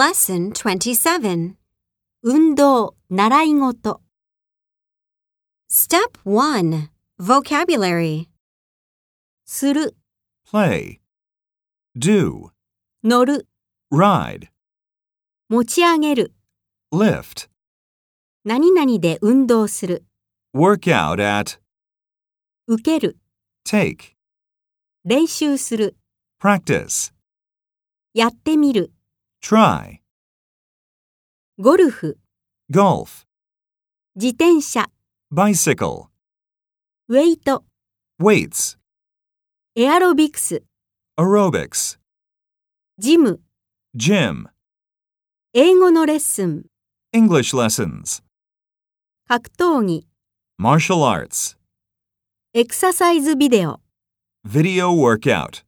Lesson 27 운동, 習い事 Step 1 Vocabulary する、 play, do, 乗る、 ride, 持ち上げる、 lift, 何々で運動する、 work out at, 受ける、 take, 練習する、 practice, やってみる、 try, ゴルフ、 golf, 自転車、 bicycle, ウェイト、 weights, エアロビクス、 aerobics, ジム、 gym, 英語のレッスン、 English lessons, 格闘技、 martial arts, エクササイズビデオ。 video workout.